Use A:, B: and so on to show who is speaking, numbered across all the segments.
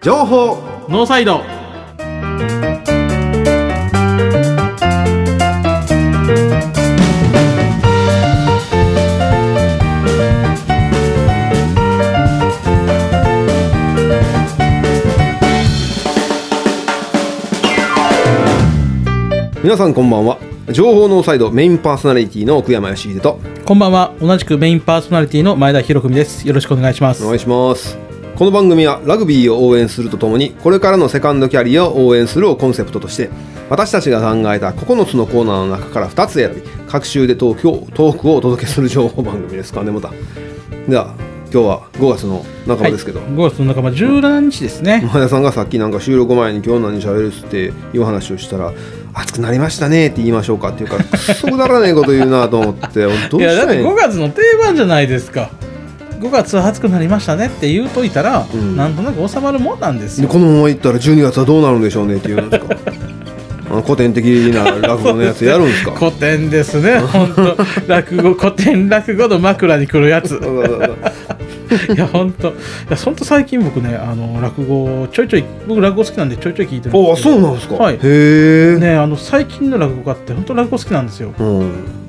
A: 情報
B: ノーサイド
A: 皆さんこんばんは情報ノーサイドメインパーソナリティの奥山義秀と
B: こんばんは同じくメインパーソナリティの前田博文ですよろしくお願いします
A: お願いしますこの番組はラグビーを応援するとともにこれからのセカンドキャリアを応援するをコンセプトとして私たちが考えた9つのコーナーの中から2つ選び各週でトークをトークをお届けする情報番組ですかねまたでは今日は5月の半ばですけど、
B: はい、5月の半ば17日ですね、
A: 前田さんがさっきなんか収録前に今日何喋るっつっていう話をしたら暑くなりましたねって言いましょうかっていうからくっそくだらねえこと言うなと思って俺どう
B: いやだ
A: し
B: ったて
A: らいい
B: 5
A: の
B: 月の定番じゃないですか5月は暑くなりましたねって言うといたら、
A: ん
B: なんとなく収まるもんなんです
A: で
B: よ
A: このままいったら12月はどうなるんでしょうねっていうんですか あの古典的な落語のやつやるん ですか
B: 古典です ね本当落語古典落語の枕に来るやついや本当いや本当最近僕ねあの落語ちょいちょい僕落語好きなんでちょいちょい聞いてるん
A: あ
B: で
A: あ
B: すけど
A: そうなんですか、
B: はい
A: へえ、
B: ねあの最近の落語家って本当落語好きなんですよ
A: うんう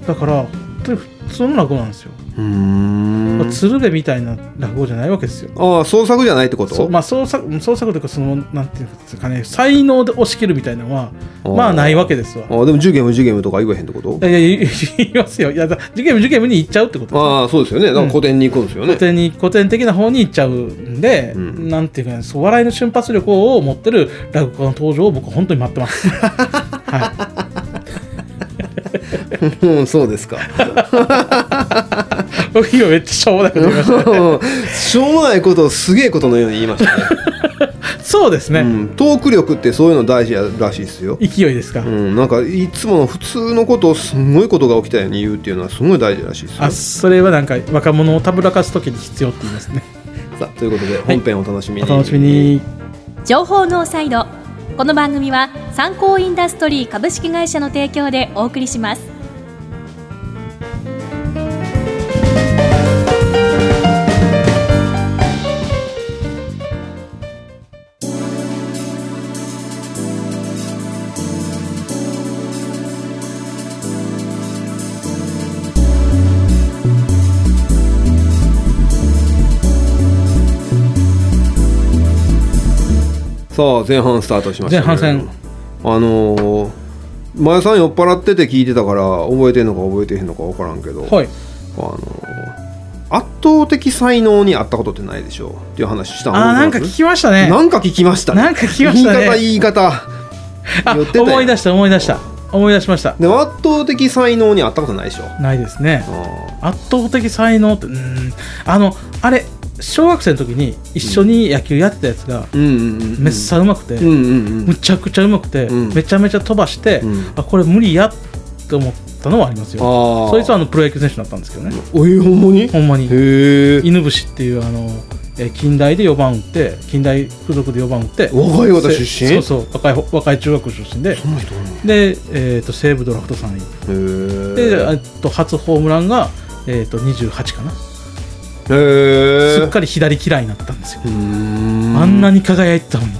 B: だから本当に普通の落語なんですよ、
A: ーん
B: まあ鶴瓶みたいな落語じゃないわけですよ
A: ああ創作じゃないってこ
B: そ
A: と
B: うまあ創作創作というかそのなんていうんですかね才能で押し切るみたいなのは
A: あー
B: まあないわけですわ
A: ああでもジュゲームジュゲームとか言わへんってこと
B: いやいや言いますよいやだ受験部受験部に行っちゃうってことです
A: ああそうですよねだから古典に行くんですよね
B: 古、典に古典的な方に行っちゃうんで、
A: うん
B: なんていうかねそう笑いの瞬発力を持ってる落語家の登場を僕本当に待ってます、 は
A: うんそうですか
B: い、僕今めっちゃしょうもないこと言いまし
A: しょうもないことをすげえことのように言いましたね、
B: たそうですね、
A: うん、トーク力ってそういうの大事やらしいですよ、
B: 勢いですか、
A: うん、なんかいつもの普通のことをすごいことが起きたように言うっていうのはすごい大事らしいですよ
B: あそれはなんか若者をたぶらかす時に必要って言いますね
A: さあということで本編をお楽しみに、
B: お楽しみに
C: 情報ノーサイドこの番組は参考インダストリー株式会社の提供でお送りします
A: さあ前半スタートしました、ね、
B: 前半戦
A: あのー前田さん酔っ払ってて聞いてたから覚えてんのか覚えてへんのか分からんけど、
B: はい
A: あのー圧倒的才能にあったことってないでしょうっていう話した
B: あ
A: の
B: ーなん
A: 覚
B: か
A: えてま
B: 聞
A: す
B: きましたね
A: なんか聞きましたね
B: なんか聞きましたね
A: 言い方言い方
B: あ
A: 寄ってたよ
B: 思い出した思い出した思い出しました
A: でも圧倒的才能にあったことないでしょ
B: ないですね
A: あ
B: 圧倒的才能ってうーんあのあれ小学生の時に一緒に野球やってたやつが
A: ーうんうんうんうん
B: めっさうまくて、
A: うんうんう
B: む
A: ん
B: ちゃくちゃうまくて、
A: うん
B: めちゃめちゃ飛ばして、
A: うん
B: あこれ無理やって思ったのはありますよ
A: あー
B: そいつはあのプロ野球選手だったんですけどね、
A: おいほんまに
B: ほんまに
A: へえ
B: 犬伏っていうあのえー近代で4番打って近代付属で4番打って
A: 若い方出身
B: せそうそう若い方若い中学出身で
A: そんな人おんの
B: で、えー、と西武ドラフト3位で、
A: へ
B: えっと初ホームランが、えー、と28かな、
A: えへ
B: す
A: え
B: っかり左嫌いになったんですよ、
A: あ
B: あんなに輝いてたのに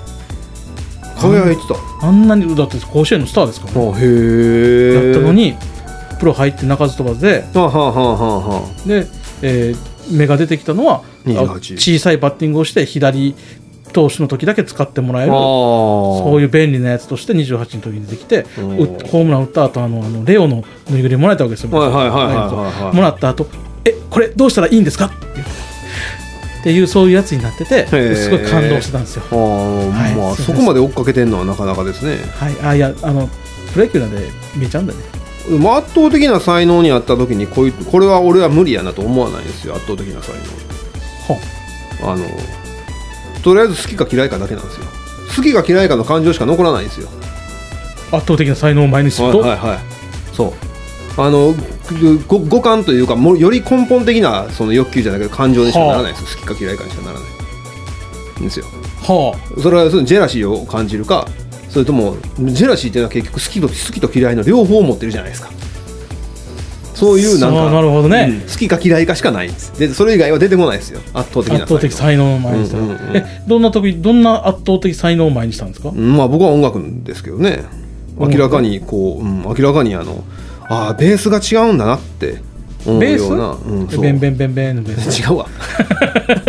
A: 輝いてた
B: あんなにだって甲子園のスターですからね、
A: あへえ
B: だったのにプロ入って鳴かず飛ばずで
A: はあはあはあはあは
B: で、えー芽が出てきたのは
A: 28
B: あ小さいバッティングをして左投手の時だけ使ってもらえ
A: あ
B: るそう
A: そ
B: いう便利なやつとして28の時に出てきてう
A: うん
B: ホームラン打った後あのあのレオのぬいぐるみもらえたわけですよ、
A: はいはいはいはいはいはい
B: もらった後えこれどうしたらいいんですかっていうっていうそういうやつになってて
A: ー
B: すごい感動してたんですよ
A: あー
B: はい
A: まあ
B: すいません
A: そこまで追っかけてんのはなかなかですね
B: はいあいやあのプロ野球なんで見えちゃうんだよね
A: でも圧倒的な才能にあった時にこういうこれは俺は無理やなと思わないんですよ圧倒的な才
B: ほん
A: 能あのとりあえず好きか嫌いかだけなんですよ好きか嫌いかの感情しか残らないんですよ
B: 圧倒的な才能を前にする
A: はい
B: と、
A: はいはいそうあのご五感というかもうより根本的なその欲求じゃなくて感情にしかならないです、好きか嫌いかにしかならないんですよ
B: は
A: それはそのジェラシーを感じるかそれともジェラシーっていうのは結局好きと好きと嫌いの両方を持ってるじゃないですかそういうなん
B: そう
A: か
B: なるほどね
A: うん好きか嫌いかしかないでそれ以外は出てこないですよ圧倒的な
B: 圧倒的才能を前にした、
A: うんうんうん
B: えどんな時どんな圧倒的才能を前にしたんですか、
A: うんまあ僕は音楽ですけどね
B: 音楽
A: 明らかにこう、うん明らかにあのああベースが違うんだなって思う
B: ベース
A: ような、うん、そう
B: ベンベンベンベンのベース
A: 違うわ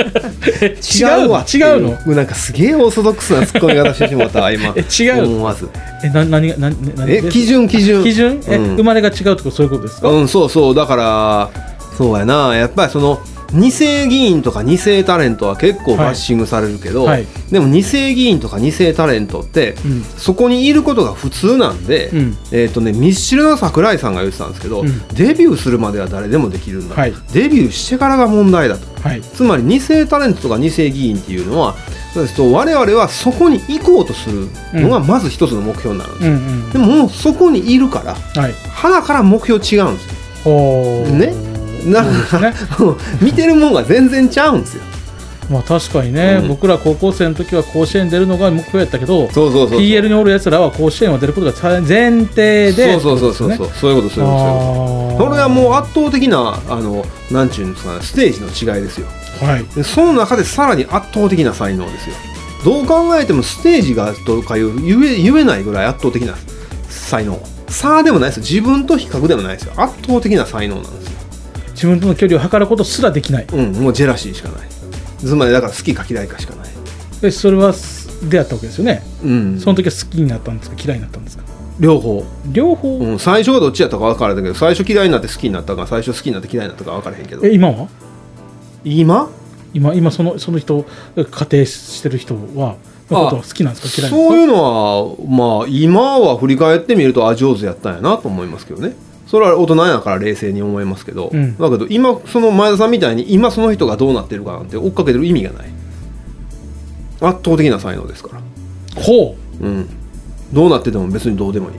B: 違うわ
A: ってい
B: 違うの
A: もうなんかすげえオーソドックスなツッコミ方してしまった今
B: え違う
A: 思わず
B: えな何が何何
A: え基準基準
B: 基準え、
A: うん
B: 生まれが違うとかそういうことですか、
A: うんそうそうだからそうやなやっぱりその二世議員とか二世タレントは結構バッシングされるけど、
B: はいはい
A: でも二世議員とか二世タレントって、
B: うん
A: そこにいることが普通なんで、
B: うん
A: えっ、とねミッシルの桜井さんが言ってたんですけど、
B: うん
A: デビューするまでは誰でもできるんだ、
B: はい
A: デビューしてからが問題だと
B: はい
A: つまり二世タレントとか二世議員っていうのはそうですと我々はそこに行こうとするのがまず一つの目標になるんです
B: う
A: よ、
B: んうん
A: でももうそこにいるから
B: はい
A: 花から目標違うんですよ
B: ほー
A: ねな
B: そうですね
A: 見てるもんが全然ちゃうんですよ。
B: まあ確かにね、
A: うん
B: 僕ら高校生の時は甲子園出るのが目標やったけど
A: そうそうそう。
B: PL におるやつらは甲子園は出ることが前提で
A: そうそうそうそうそう、そういうことそういうことそういうこと。それはもう圧倒的なあのなんちゅうんですかねステージの違いですよ。
B: うはい
A: でその中でさらに圧倒的な才能ですよ。どう考えてもステージがとかいう言え言えないぐらい圧倒的な才能。差でもないですよ。自分と比較でもないですよ。圧倒的な才能なんですよ。
B: 自分との距離を測ることすらできない
A: うん、もうジェラシーしかない。つまりだから好きか嫌いかしかない。
B: でそれはす出会ったわけですよね
A: うん、
B: その時は好きになったんですか嫌いになったんですか
A: 両方。
B: 両方、
A: うん、最初はどっちやったか分からへんけど最初嫌いになって好きになったか最初好きになって嫌いになったか分からへんけど
B: え今は
A: 今
B: 今今そのその人仮定してる人はのことは好きなんですか嫌い
A: そう
B: ないん
A: うのはまあ今は振り返ってみるとあ上手やったんやなと思いますけどねそれは大人やから冷静に思いますけど、
B: うん
A: だけど今その前田さんみたいに今その人がどうなってるかなんて追っかけてる意味がない圧倒的な才能ですから、
B: ですかほう
A: うん、どうなってても別にどうでもいい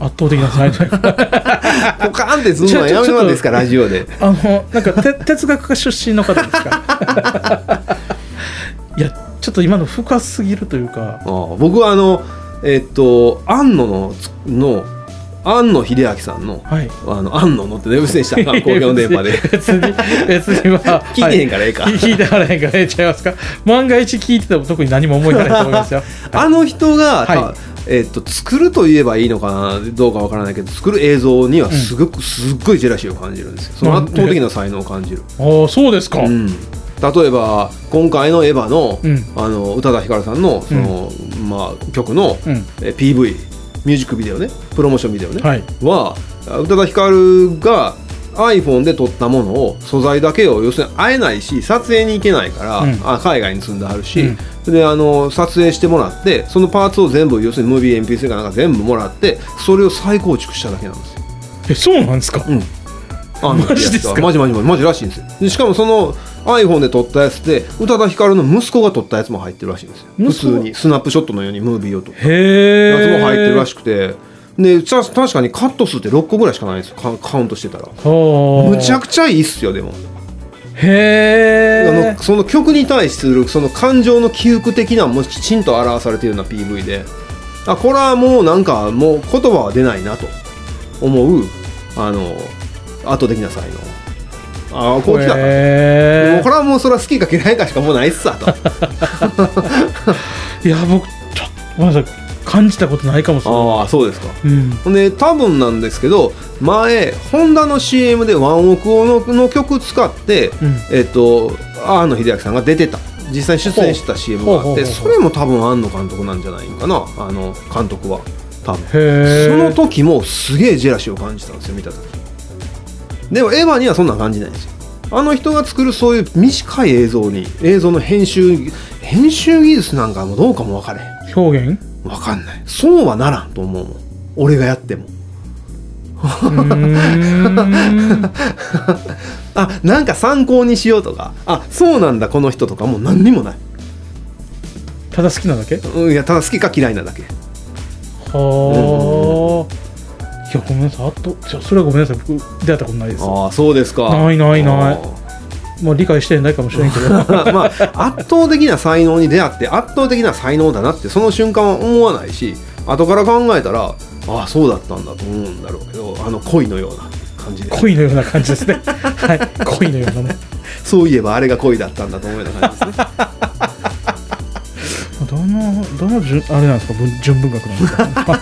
B: 圧倒的な才能
A: ポカーンってずんのはやめなんですかラジオで
B: あのなんかて哲学科出身の方ですかいやちょっと今の深すぎるというか
A: ああ僕はあのえっと庵野のつの庵野秀明さんの
B: はい
A: 「あの庵野の」ってねうせしたらあかん公共の電 波で
B: 別に別には
A: 聞いてへんからええか
B: はい聞いてはらへんからええちゃいますか万が一聞いてても特に何も思い出ないと思いますよ
A: あの人が、た
B: は
A: えっと作ると言えばいいのかなどうかわからないけど作る映像にはすごく、すっごいジェラシーを感じるんですよその圧倒的な才能を感じる、
B: ああそうですか、
A: うん、例えば今回の「エヴァの」
B: うん
A: あの宇多田ヒカルさんのその、まあ、曲の、
B: うん
A: え PV ミュージックビデオねプロモーションビデオね、
B: はい
A: は宇多田ヒカルが iPhone で撮ったものを素材だけを要するに会えないし撮影に行けないから、
B: うん
A: あ海外に住んであるし、
B: う
A: であの撮影してもらってそのパーツを全部要するにムービー MP3 かなんか全部もらってそれを再構築しただけなんですよ。
B: えそうなんですか、
A: うんあの
B: マジですか
A: やつはマジマジマジマジらしいんですよでしかもその iPhone で撮ったやつで宇多田ヒカルの息子が撮ったやつも入ってるらしいんですよ
B: 息子
A: 普通にスナップショットのようにムービーを撮って
B: へえ
A: やつも入ってるらしくてでた確かにカット数って6個ぐらいしかないんですよカカウントしてたら
B: はあ
A: むちゃくちゃいいっすよでも、
B: へ
A: あのその曲に対するその感情の起伏的なのもきちんと表されてるような PV であこれはもうなんかもう言葉は出ないなと思うあの圧倒的な才能ああこう来たかもう
B: え
A: これはもうそれは好きか嫌いかしかもうないっすわと
B: いや僕ちょっとごめんなさい感じたことないかもしれない
A: ああそうですか
B: うん
A: ほんで多分なんですけど前ホンダの CM でワンオクオのの曲使って、
B: うん
A: えっと庵野秀明さんが出てた実際に出演してた CM があ
B: ほうほ
A: っ
B: うほう
A: て
B: ほう
A: それも多分庵野監督なんじゃないのかなあの監督は多分
B: へえ
A: その時もすげえジェラシーを感じたんですよ見た時でもエヴァにはそんな感じないんですよあの人が作るそういう短い映像に映像の編集編集技術なんかもどうかも分かれへん
B: 表現
A: 分かんないそうはならんと思うもん俺がやっても
B: うーん
A: あなんか参考にしようとかあそうなんだこの人とかもう何にもない、
B: ただ好きなだけは
A: うん、いやただ好きか嫌いなだけ
B: あいやごめんなさいあとじゃそれはごめんなさい僕出会ったことないです
A: ああそうですか
B: ないないない
A: あー
B: まあ理解してないかもしれんけど
A: まあ 圧倒的な才能に出会って圧倒的な才能だなってその瞬間は思わないし後から考えたらああそうだったんだと思うんだろうけどあの恋のような感 じで
B: 恋のような感じですねはい恋のようなね
A: そういえばあれが恋だったんだと思うような感じですね
B: どのどの順あれなんですか文純文学なんですか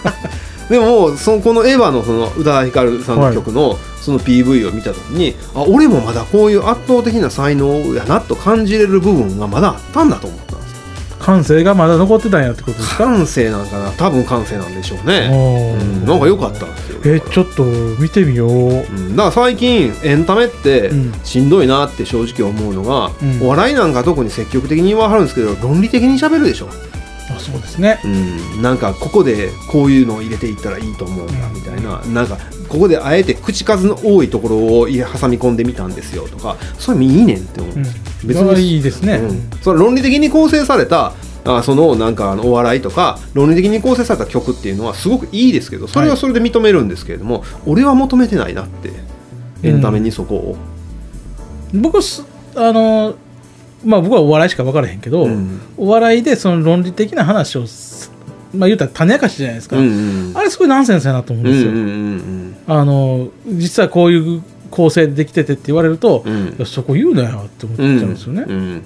A: でもそのこのエヴァのその宇多田ヒカルさんの曲のその PV を見た時に、あ俺もまだこういう圧倒的な才能やなと感じれる部分がまだあったんだと思ったんですよ
B: 感性がまだ残ってたんやってことですか
A: 感性なんかな多分感性なんでしょうね、
B: お
A: うん
B: ー
A: なんか良かったんですよ
B: えちょっと見てみよう
A: うんだから最近エンタメって
B: うん
A: しんどいなって正直思うのが、
B: うん
A: お笑いなんか特に積極的に言わはるんですけど論理的に喋るでしょ、
B: あそうですね
A: うん、なんかここでこういうのを入れていったらいいと思うんだみたいななんかここであえて口数の多いところを入れ挟み込んでみたんですよとかそれいいねんって思う、
B: うん
A: 別
B: 別
A: に
B: にいいですね、
A: うんそれ論理的に構成されたあそのなんかあのお笑いとか論理的に構成された曲っていうのはすごくいいですけどそれはそれで認めるんですけれども、俺は求めてないなってエンタメにそこを、
B: 僕すあのまあ僕はお笑いしか分からへんけど、
A: うん
B: お笑いでその論理的な話をすまあ言うたら種明かしじゃないですか、
A: うんうん
B: あれすごいナンセンスやなと思うん
A: うんう
B: ですよ、
A: ん
B: あの実はこういう構成でできててって言われると、
A: うん
B: いやそこ言うなよって思っちゃうんですよね、
A: うんうん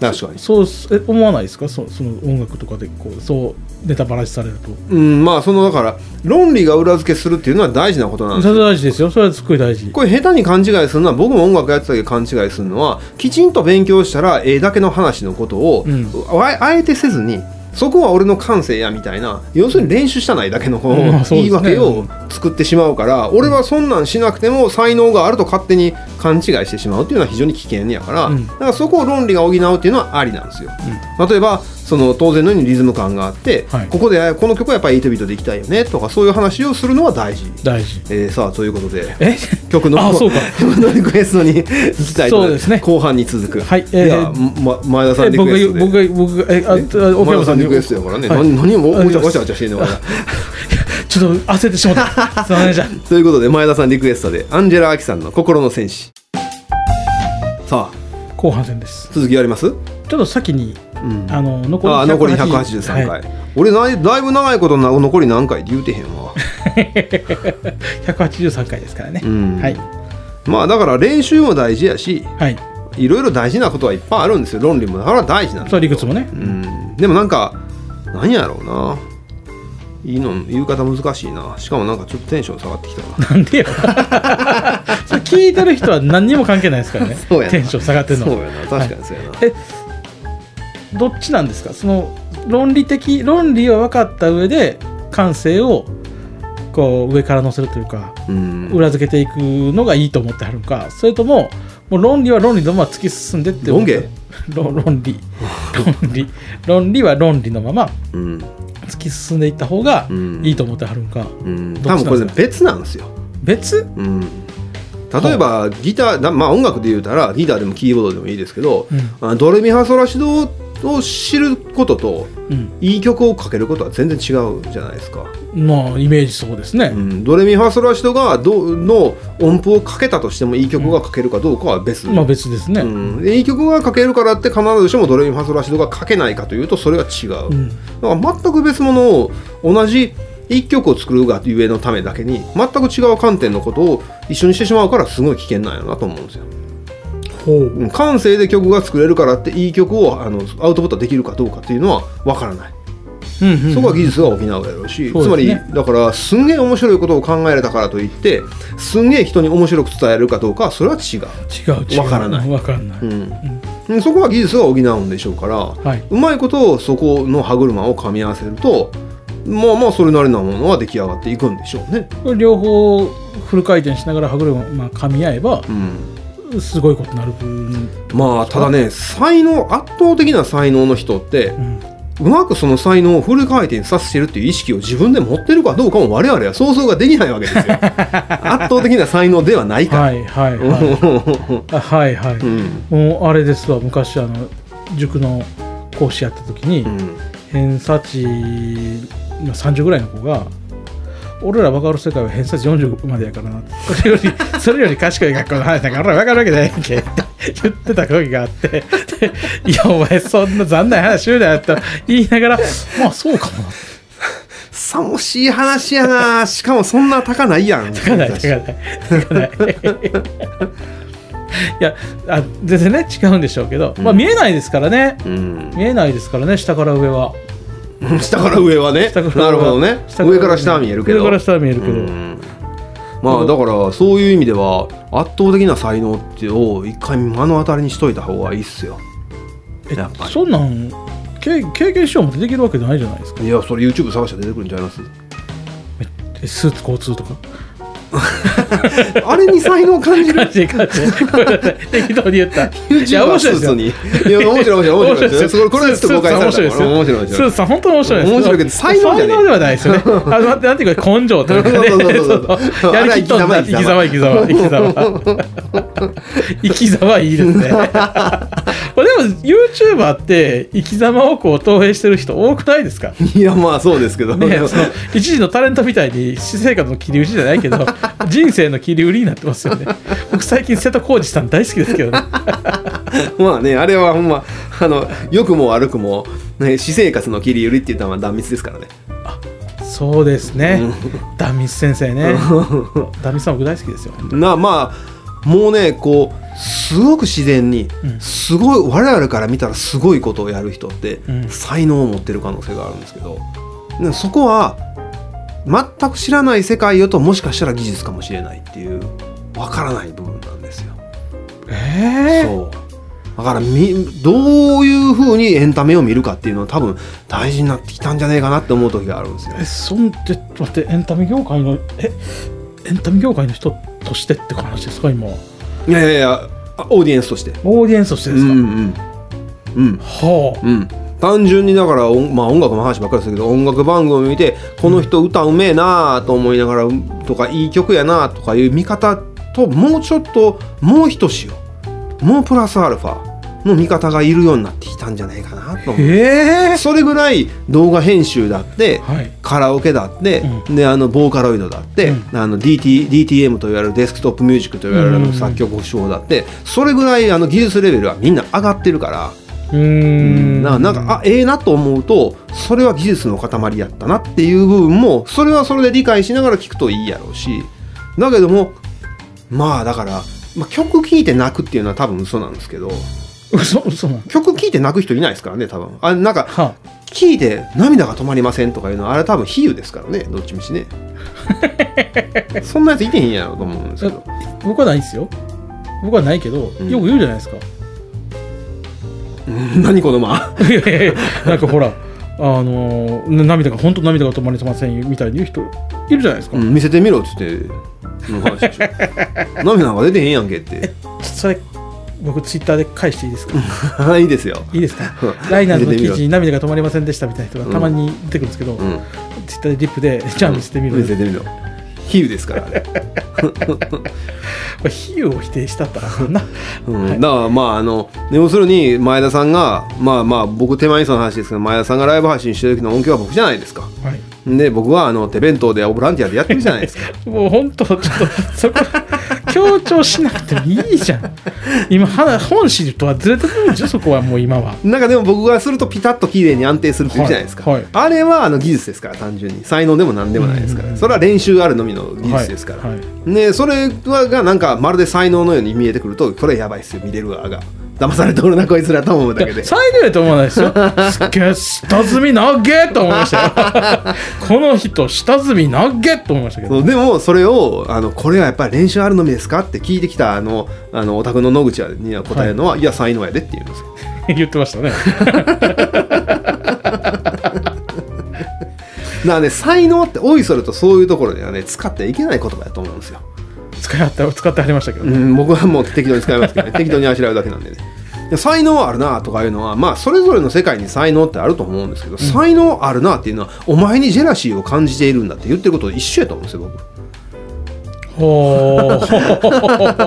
A: 確かに
B: そうえ思わないですかそうその音楽とかでこうそうネタばらしされると
A: うんまあそのだから論理が裏付けするっていうのは大事なことなんです
B: そ
A: よ
B: れは大事ですよそれはすっごい大事
A: これ下手に勘違いするのは僕も音楽やってたけど勘違いするのはきちんと勉強したらええだけの話のことを、
B: うん
A: ああえてせずにそこは俺の感性やみたいな要するに練習したないだけのこう
B: うんまあそう
A: 言
B: で
A: い
B: す
A: 訳
B: ね
A: を作ってしまうから、俺はそんなんしなくても才能があると勝手に勘違いしてしまうっていうのは非常に危険やから、
B: うん
A: だからそこを論理が補うっていうのはありなんですよ。例えばその当然のようにリズム感があって、
B: はい
A: ここでこの曲はやっぱり8ビートでいきたいよねとかそういう話をするのは大事。
B: 大事
A: えーさあということで
B: え
A: 曲の
B: あそうか
A: 曲のリクエストに行きたいと思いま
B: そうですすね
A: 後半に続く
B: はい
A: え
B: えー
A: 前田さ
B: え
A: んリク
B: 僕
A: エス
B: が
A: トで
B: 僕が僕がえああ
A: え
B: 奥
A: 前
B: 山
A: 田さ
B: さ
A: ん
B: ん
A: リクエストやからね、
B: はい
A: 何何も
B: あ
A: おちゃ
B: りま
A: わ
B: す
A: ちゃわちゃしてんのかな
B: ちょっと焦ってしまったすいませんじゃあ
A: ということで前田さんリクエストでアンジェラ・アキさんの「心の戦士」さあ
B: 後半戦です
A: 続きやります、うん、
B: ちょっと先にあの残り
A: ああ残り183
B: 180
A: 回、
B: はい
A: 俺ないだいぶ長いことな残り何回って言うてへんわ
B: 183回ですからね、
A: うん
B: はい
A: まあだから練習も大事やし
B: はい
A: いろいろ大事なことはいっぱいあるんですよ論理もだから大事なんだ
B: それは理屈もね
A: うんでもなんか何やろうないいの言う方難しいなしかもなんかちょっとテンション下がってきたな
B: なんでよ それ聞いてる人は何にも関係ないですからね
A: そうやな
B: テンション下がってるの
A: そうやな確かにそうやな、
B: どっちなんですかその論理的論理を分かった上で感性をこう上から乗せるというか
A: うん
B: 裏付けていくのがいいと思ってはるのかそれとももう論理は論理のまま突き進んでって思って 論論理論理論理は論理のまま
A: うん
B: 突き進んでいった方が
A: うん
B: いいと思ってはるんか、
A: うん
B: ど
A: 多
B: っちなんですか
A: 分これ別なんですよ、
B: 別
A: うん、例えばギターだまあ音楽で言うたらギターでもキーボードでもいいですけど、
B: う
A: あドレミファソラシドを知ることと
B: うん、
A: いい曲をかけることは全然違うじゃないですか、
B: まあイメージそうですね、
A: うん、ドレミファソラシドがどの音符をかけたとしてもいい曲がかけるかどうかは別、
B: まあ別ですね、
A: うん、でいい曲が書けるからって必ずしもドレミファソラシドが書けないかというとそれは違う、
B: うん
A: だから全く別物を同じ一曲を作るがゆえのためだけに全く違う観点のことを一緒にしてしまうからすごい危険なんやなと思うんですよ、
B: ほう
A: うん感性で曲が作れるからっていい曲をあのアウトプットできるかどうかっていうのは分からない
B: うんうん
A: そこは技術が補うやろうし、
B: そう
A: つま
B: です
A: り
B: ね
A: だからすんげえ面白いことを考えれたからといってすんげえ人に面白く伝えるかどうかはそれは違う
B: 違う違う
A: わからない
B: わからない、
A: うん、そこは技術が補うんでしょうから、
B: はいう
A: まいことをそこの歯車を噛み合わせるとまあまあそれなりなものは出来上がっていくんでしょうね。
B: これ両方フル回転しながら歯車をまあ噛み合えば
A: うん、
B: すごいことになるうん
A: まあただね才能圧倒的な才能の人って
B: うん
A: うまくその才能をフル回転させてるっていう意識を自分で持ってるかどうかも我々は想像ができないわけ ですよ。圧倒的な才能ではないから。
B: はいはいはいあはいはい、
A: うん
B: もうあれですわ昔あの塾の講師やった時に、
A: うん
B: 偏差値の30ぐらいの子が俺ら分かる世界は偏差値45までやからなそれ よりそれより賢い学校の話だから俺ら分かるわけないやんけって言ってた時があってで「いやお前そんな残念な話言うなよ」って言いながら「まあそうかもな」
A: さん惜しい話やなしかもそんな高ないやん
B: 高ない高ない高ないいやあ全然ね違うんでしょうけど、まあ
A: うん
B: 見えないですからね
A: うん
B: 見えないですからね下から上は
A: 下から上はね
B: 下から上は
A: なるほどね
B: 下
A: 上から下は見えるけど
B: 上から下は見えるけど、
A: うんまあだからそういう意味では圧倒的な才能ってを一回目の当たりにしといた方がいいっすよ
B: え
A: やっぱり
B: そんなん経経験しようもできるわけじゃないじゃないですか
A: いやそれ YouTube 探したら出てくるんちゃいます
B: えスーツ交通 とか
A: あれに才能感じる
B: 感じ感じごめんなさい適当に言った
A: YouTuber
B: いや
A: スー
B: 面白いです
A: ツ
B: よ
A: にいや面白い面白い面白いですよそれこれはちょっと誤解されたから面白い面
B: スー
A: 白い
B: ツさん本当に面白いです
A: 面白いけど才能じゃねえ
B: 才ではないですよねあのなんていうか根性というかね
A: そうそうそうそう
B: そのやりきったん
A: あれは
B: だ生き様生き様生き様生き様いいですねまあでも YouTuber って生き様をこう投影してる人多くないですか
A: いやまあそうですけど
B: ね、その一時のタレントみたいに私生活の切り売りじゃないけど人生の切り売りになってますよね僕最近瀬戸康史さん大好きですけどね
A: まあねあれはほんまあの良くも悪くも、ね、私生活の切り売りって言ったのは断密ですからね
B: そうですねダミス先生ねダミスさん僕大好きですよ
A: なまあもうねこうすごく自然に、
B: うん
A: すごい我々から見たらすごいことをやる人って、
B: うん
A: 才能を持ってる可能性があるんですけどでそこは全く知らない世界よともしかしたら技術かもしれないっていうわからない部分なんですよ。
B: ええ
A: そうだからみどういうふうにエンタメを見るかっていうのは多分大事になってきたんじゃねえかなって思う時があるんですよ
B: え。そんで待ってエンタメ業界のえエンタメ業界の人としてって話ですか今はい
A: やいやいやあオーディエンスとして。
B: オーディエンスとしてですか、
A: うんうんうん
B: はあ
A: うん、単純にだから音,、まあ、音楽の話ばっかりするけど音楽番組を見てこの人歌うめえなあと思いながらうんとかいい曲やなあとかいう見方ともうちょっともう一しよもうプラスアルファの見方がいるようになってきたんじゃないかなと思う
B: ええ
A: それぐらい動画編集だって
B: はい
A: カラオケだって、
B: う
A: であのボーカロイドだって、
B: う
A: あの DT DTM といわれるデスクトップミュージックといわれるあ
B: う
A: の
B: ん
A: 作曲手法だってそれぐらいあの技術レベルはみんな上がってるから。
B: うーん
A: ななんかあええなと思うとそれは技術の塊やったなっていう部分もそれはそれで理解しながら聞くといいやろうしだけどもまあだから、まあ、曲聴いて泣くっていうのは多分嘘なんですけど
B: 嘘嘘なん
A: 曲聴いて泣く人いないですからね多分あなんか
B: は
A: 聴いて涙が止まりませんとかいうのはあれ多分比喩ですからねどっちみ ちねそんなやついてへんやろと思うんですけど
B: あ、僕はないですよ僕はないけど、
A: うん
B: よく言うじゃないですか
A: うん何このま
B: いやいやいやなんかほらあのー涙が本当涙が止まりませんみたいに言う人いるじゃないですか、
A: うん見せてみろっつっての話でし ょ涙なんか出てへんやんけって
B: それ僕ツイッターで返していいですか、
A: いいですよ
B: いいですか
A: うん
B: ライナーズの
A: 見せてみ
B: 記
A: ろ
B: 事に涙が止まりませんでしたみたいな人がたまに出てくるんですけ
A: う
B: ど、
A: ん
B: ツイッターでリップでじゃあ見せてみる、
A: 見
B: こ
A: せてみろ比喩ですからあ れ、
B: れ比喩を否定したったらあかんな
A: うんだからまああの要するに前田さんがまあまあ僕手前さんの話ですけど前田さんがライブ配信してる時の音響は僕じゃないですか
B: はい
A: で僕はあの手弁当でボランティアでやってるじゃない ですか
B: もう本当ちょっとそこ強調しなくてもいいじゃん今は本心とはずれてるんですよそこはもう今は
A: なんかでも僕がするとピタッと綺麗に安定するって言うじゃないですか、
B: はいはい
A: あれはあの技術ですから単純に才能でも何でもないですから、
B: うんうんうん
A: それは練習あるのみの技術ですから、
B: はいはい
A: ね、それはがなんかまるで才能のように見えてくるとこれやばいっすよ見れるわが騙されとるなこいつらと思うだけで
B: 才能やと思わないですよ すっげえ下積み投げと思いましたよこの人下積み投げと思いましたけ
A: そ
B: ど
A: うでもそれをあのこれはやっぱり練習あるのみですかって聞いてきたあのあのお宅の野口には答えるのは、い、や才能やでって言うんですよ
B: 言ってましたね
A: だからね才能っておいそれとそういうところではね使ってはいけない言葉だと思うんですよ、
B: 使いはった使ってはりましたけど
A: う
B: ね、
A: ん、僕はもう適当に使いますけ どね適当にあしらうだけなんでねで才能あるなとかいうのはまあそれぞれの世界に才能ってあると思うんですけど、才能あるなっていうのはお前にジェラシーを感じているんだって言ってることと一緒やと思うんですよ僕
B: ほう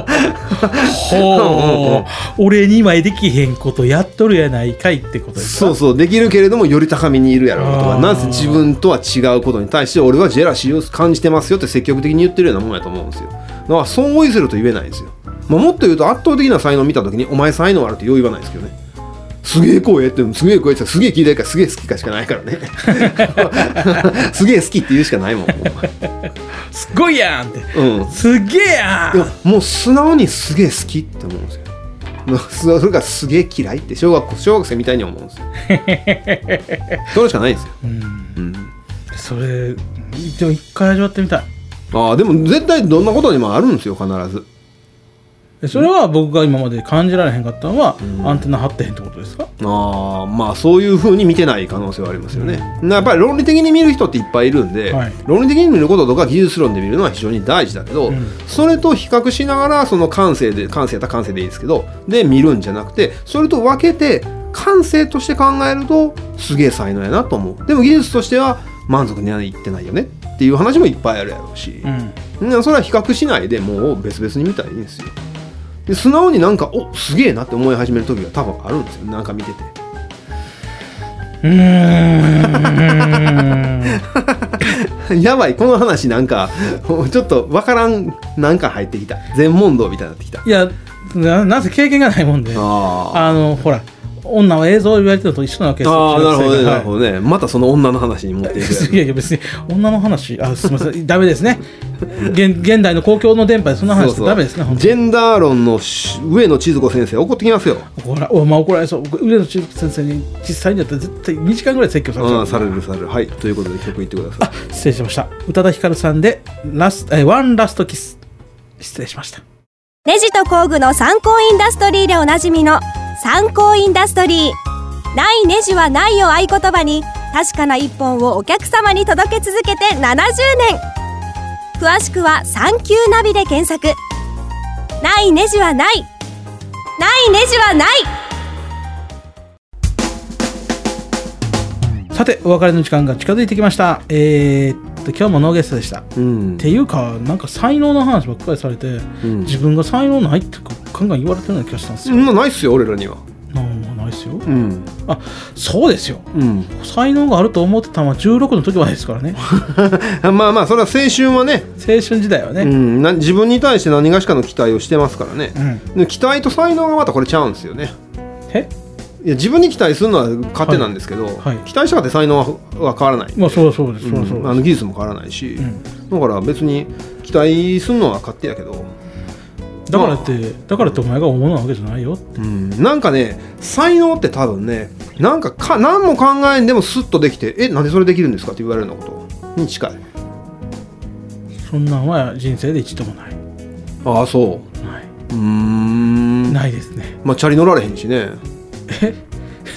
B: ほう俺にはできへんことやっとるやないかいってことですか
A: そうそうできるけれどもより高みにいるやろうと
B: あ
A: か
B: ー
A: なぜ自分とは違うことに対して俺はジェラシーを感じてますよって積極的に言ってるようなもんやと思うんですよだからそうおいすると言えないんですよ、まあ、もっと言うと圧倒的な才能を見た時にお前才能あるってよう言わないですけどねすげえ声ってすげえ声ってすげえ聞いてるからすげえ好きかしかないからね すげえ好きって言うしかないもんも
B: すごいやんって
A: う、うん、
B: すげえや
A: い
B: ん
A: やもう素直にすげえ好きって思うんですよ まあ素直それがすげえ嫌いって小学校小学生みたいに思うんですよそれしかないんですよ、
B: うん
A: うん、
B: それでも一回味わってみたい
A: ああでも絶対どんなことにもあるんですよ必ず
B: えそれは僕が今まで感じられへんかったのは、
A: うん
B: アンテナ張ってへんってことですか
A: ああまあそういうふうに見てない可能性はありますよね、なやっぱり論理的に見る人っていっぱいいるんで、
B: はい
A: 論理的に見ることとか技術論で見るのは非常に大事だけど、
B: うん
A: それと比較しながらその感性で感性やったら感性でいいですけどで見るんじゃなくてそれと分けて感性として考えるとすげえ才能やなと思うでも技術としては満足にはいってないよねっていう話もいっぱいあるやろうし、
B: うん
A: うんそれは比較しないでもう別々に見たらいいんですよで素直になんかおすげえなって思い始める時が多分あるんですよなんか見てて
B: うーん
A: やばいこの話なんか ちょっとわからんなんか入ってきた全問答みたいになってきた
B: いやななぜ経験がないもんであ
A: あ
B: のほら女は映像を言われてるのと一緒なわけで
A: あ
B: す
A: ーなるほどね、
B: 中学生が
A: なるほどねまたその女の話に持っていくや
B: はい
A: つ
B: いやいや別に女の話あすみません ダメですね現現代の公共の電波でそんな話し
A: そ
B: て
A: うそう
B: ダメですね本当
A: ジェンダー論のし上野千鶴子先生怒ってきますよ、
B: に怒らおまあ、怒られそう僕上野千鶴子先生に実際にやったら絶対2時間ぐらい説教されちゃ
A: う、
B: うん
A: されるされるはいということで曲言ってください
B: 失礼しました宇多田ヒカルさんでラスえーワンラストキス失礼しました
D: ネジと工具の参考インダストリーでおなじみの参考インダストリー。ないネジはないを合言葉に確かな一本をお客様に届け続けて70年。詳しくは三級ナビで検索。ないネジはない。ないネジはない。
B: さてお別れの時間が近づいてきましたえーっと今日もノーゲストでしたっ
A: うん
B: ていうかなんか才能の話ばっかりされて
A: うん
B: 自分が才能ないって考え言われてるような気がしたんです
A: そ
B: よ、
A: んなないっすよ俺らに は
B: なんもないですよ
A: うん
B: あそうですよ
A: うん
B: 才能があると思ってたのは16の時までですからね
A: まあまあそれは青春はね
B: 青春時代は
A: う
B: ね、
A: ん、な自分に対して何がしかの期待をしてますからね
B: う、ん、
A: で期待と才能がまたこれちゃうんですよね
B: え
A: いや自分に期待するのは勝手なんですけど、
B: はいはい
A: 期待したかって才能はは変わらない、
B: まあそうそうです、そうそう
A: うんあの技術も変わらないし、
B: うん
A: だから別に期待するのは勝手やけど、
B: だからってだからってお前が思うなわけじゃないよ
A: うん、なんかね才能って多分ねなんかか何も考えんでもスッとできて「えなんでそれできるんですか?」って言われるようなことに近い
B: そんなんは人生で一度もない
A: ああそ
B: ない
A: う
B: う
A: ーん
B: ないですね
A: まあチャリ乗られへんしね
B: え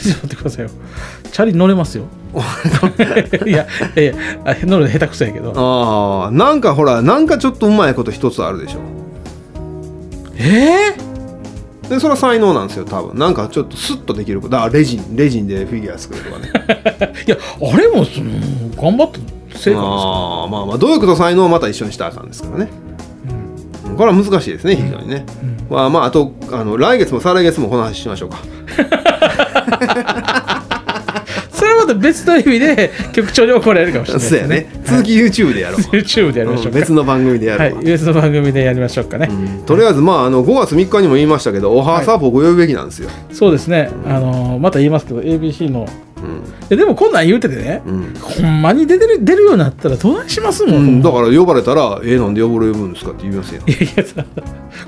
B: ちょっと待ってくださいよチャリ乗れますよ いやいやいやあ乗るの下手くそやけど
A: ああなんかほらなんかちょっとうまいこと一つあるでしょ
B: え
A: でそれは才能なんですよ多分なんかちょっとスッとできることだからレジンレジンでフィギュア作るとか ね
B: ー、いやあれもその頑張った成果
A: あーまあまあ努力と才能をまた一緒にしたらあかんですからね
B: です、うん
A: うんこれは難しいですね非常にね、
B: うん
A: まあまああとあの来月も再来月もこの話しましょうか
B: それはまた別の意味で局長に怒られるかもしれない
A: そうやね続き YouTube でやろう、
B: YouTube でやりましょう
A: う
B: か、
A: ん別の番組でやろ、
B: はいう別の番組でやりましょうかね、
A: うんとりあえずまああの5月3日にも言いましたけどおはーサーポーご呼ぶべきなんですよ、
B: そうですねあのーまた言いますけど ABC の
A: うん
B: いやでもこんなん言うててね、
A: うん
B: ほんまに出てる出るようになったらどないしますもん、
A: うん、だから呼ばれたら「えなんで呼ばれるんですか?」って言いますよ
B: いやいやさ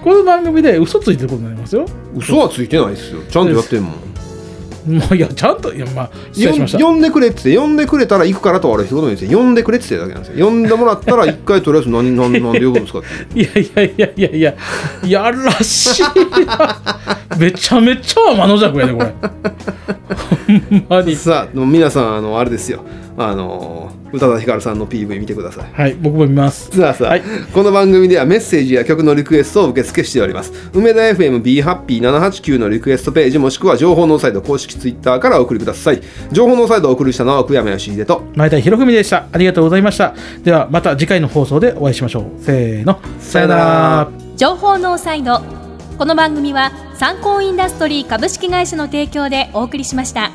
B: この番組で嘘ついてることになりますよ
A: 嘘はついてないですよちゃんとやってんもん
B: もういやちゃんといやまあ失礼しました
A: 呼んでくれって言って呼んでくれたら行くからとは悪いことないですよ呼んでくれって言ってるだけなんですよ呼んでもらったら一回とりあえず 何何何で呼ぶんですかって
B: いやいやいやいやいややらしいなめちゃめちゃ天の弱やねこれほんまに
A: さあでも皆さんあのあれですよあの宇多田ヒカルさんの PV 見てください
B: はい僕も見ます
A: さあさあ、
B: はい
A: この番組ではメッセージや曲のリクエストを受け付けしております梅田 FMB ハッピー789のリクエストページもしくは情報ノーサイド公式ツイッターからお送りください情報ノーサイドをお送りしたのは久山義秀と
B: 前田博文でしたありがとうございましたではまた次回の放送でお会いしましょうせーの
A: さよなら
C: 情報ノーサイドこの番組は参考インダストリー株式会社の提供でお送りしました。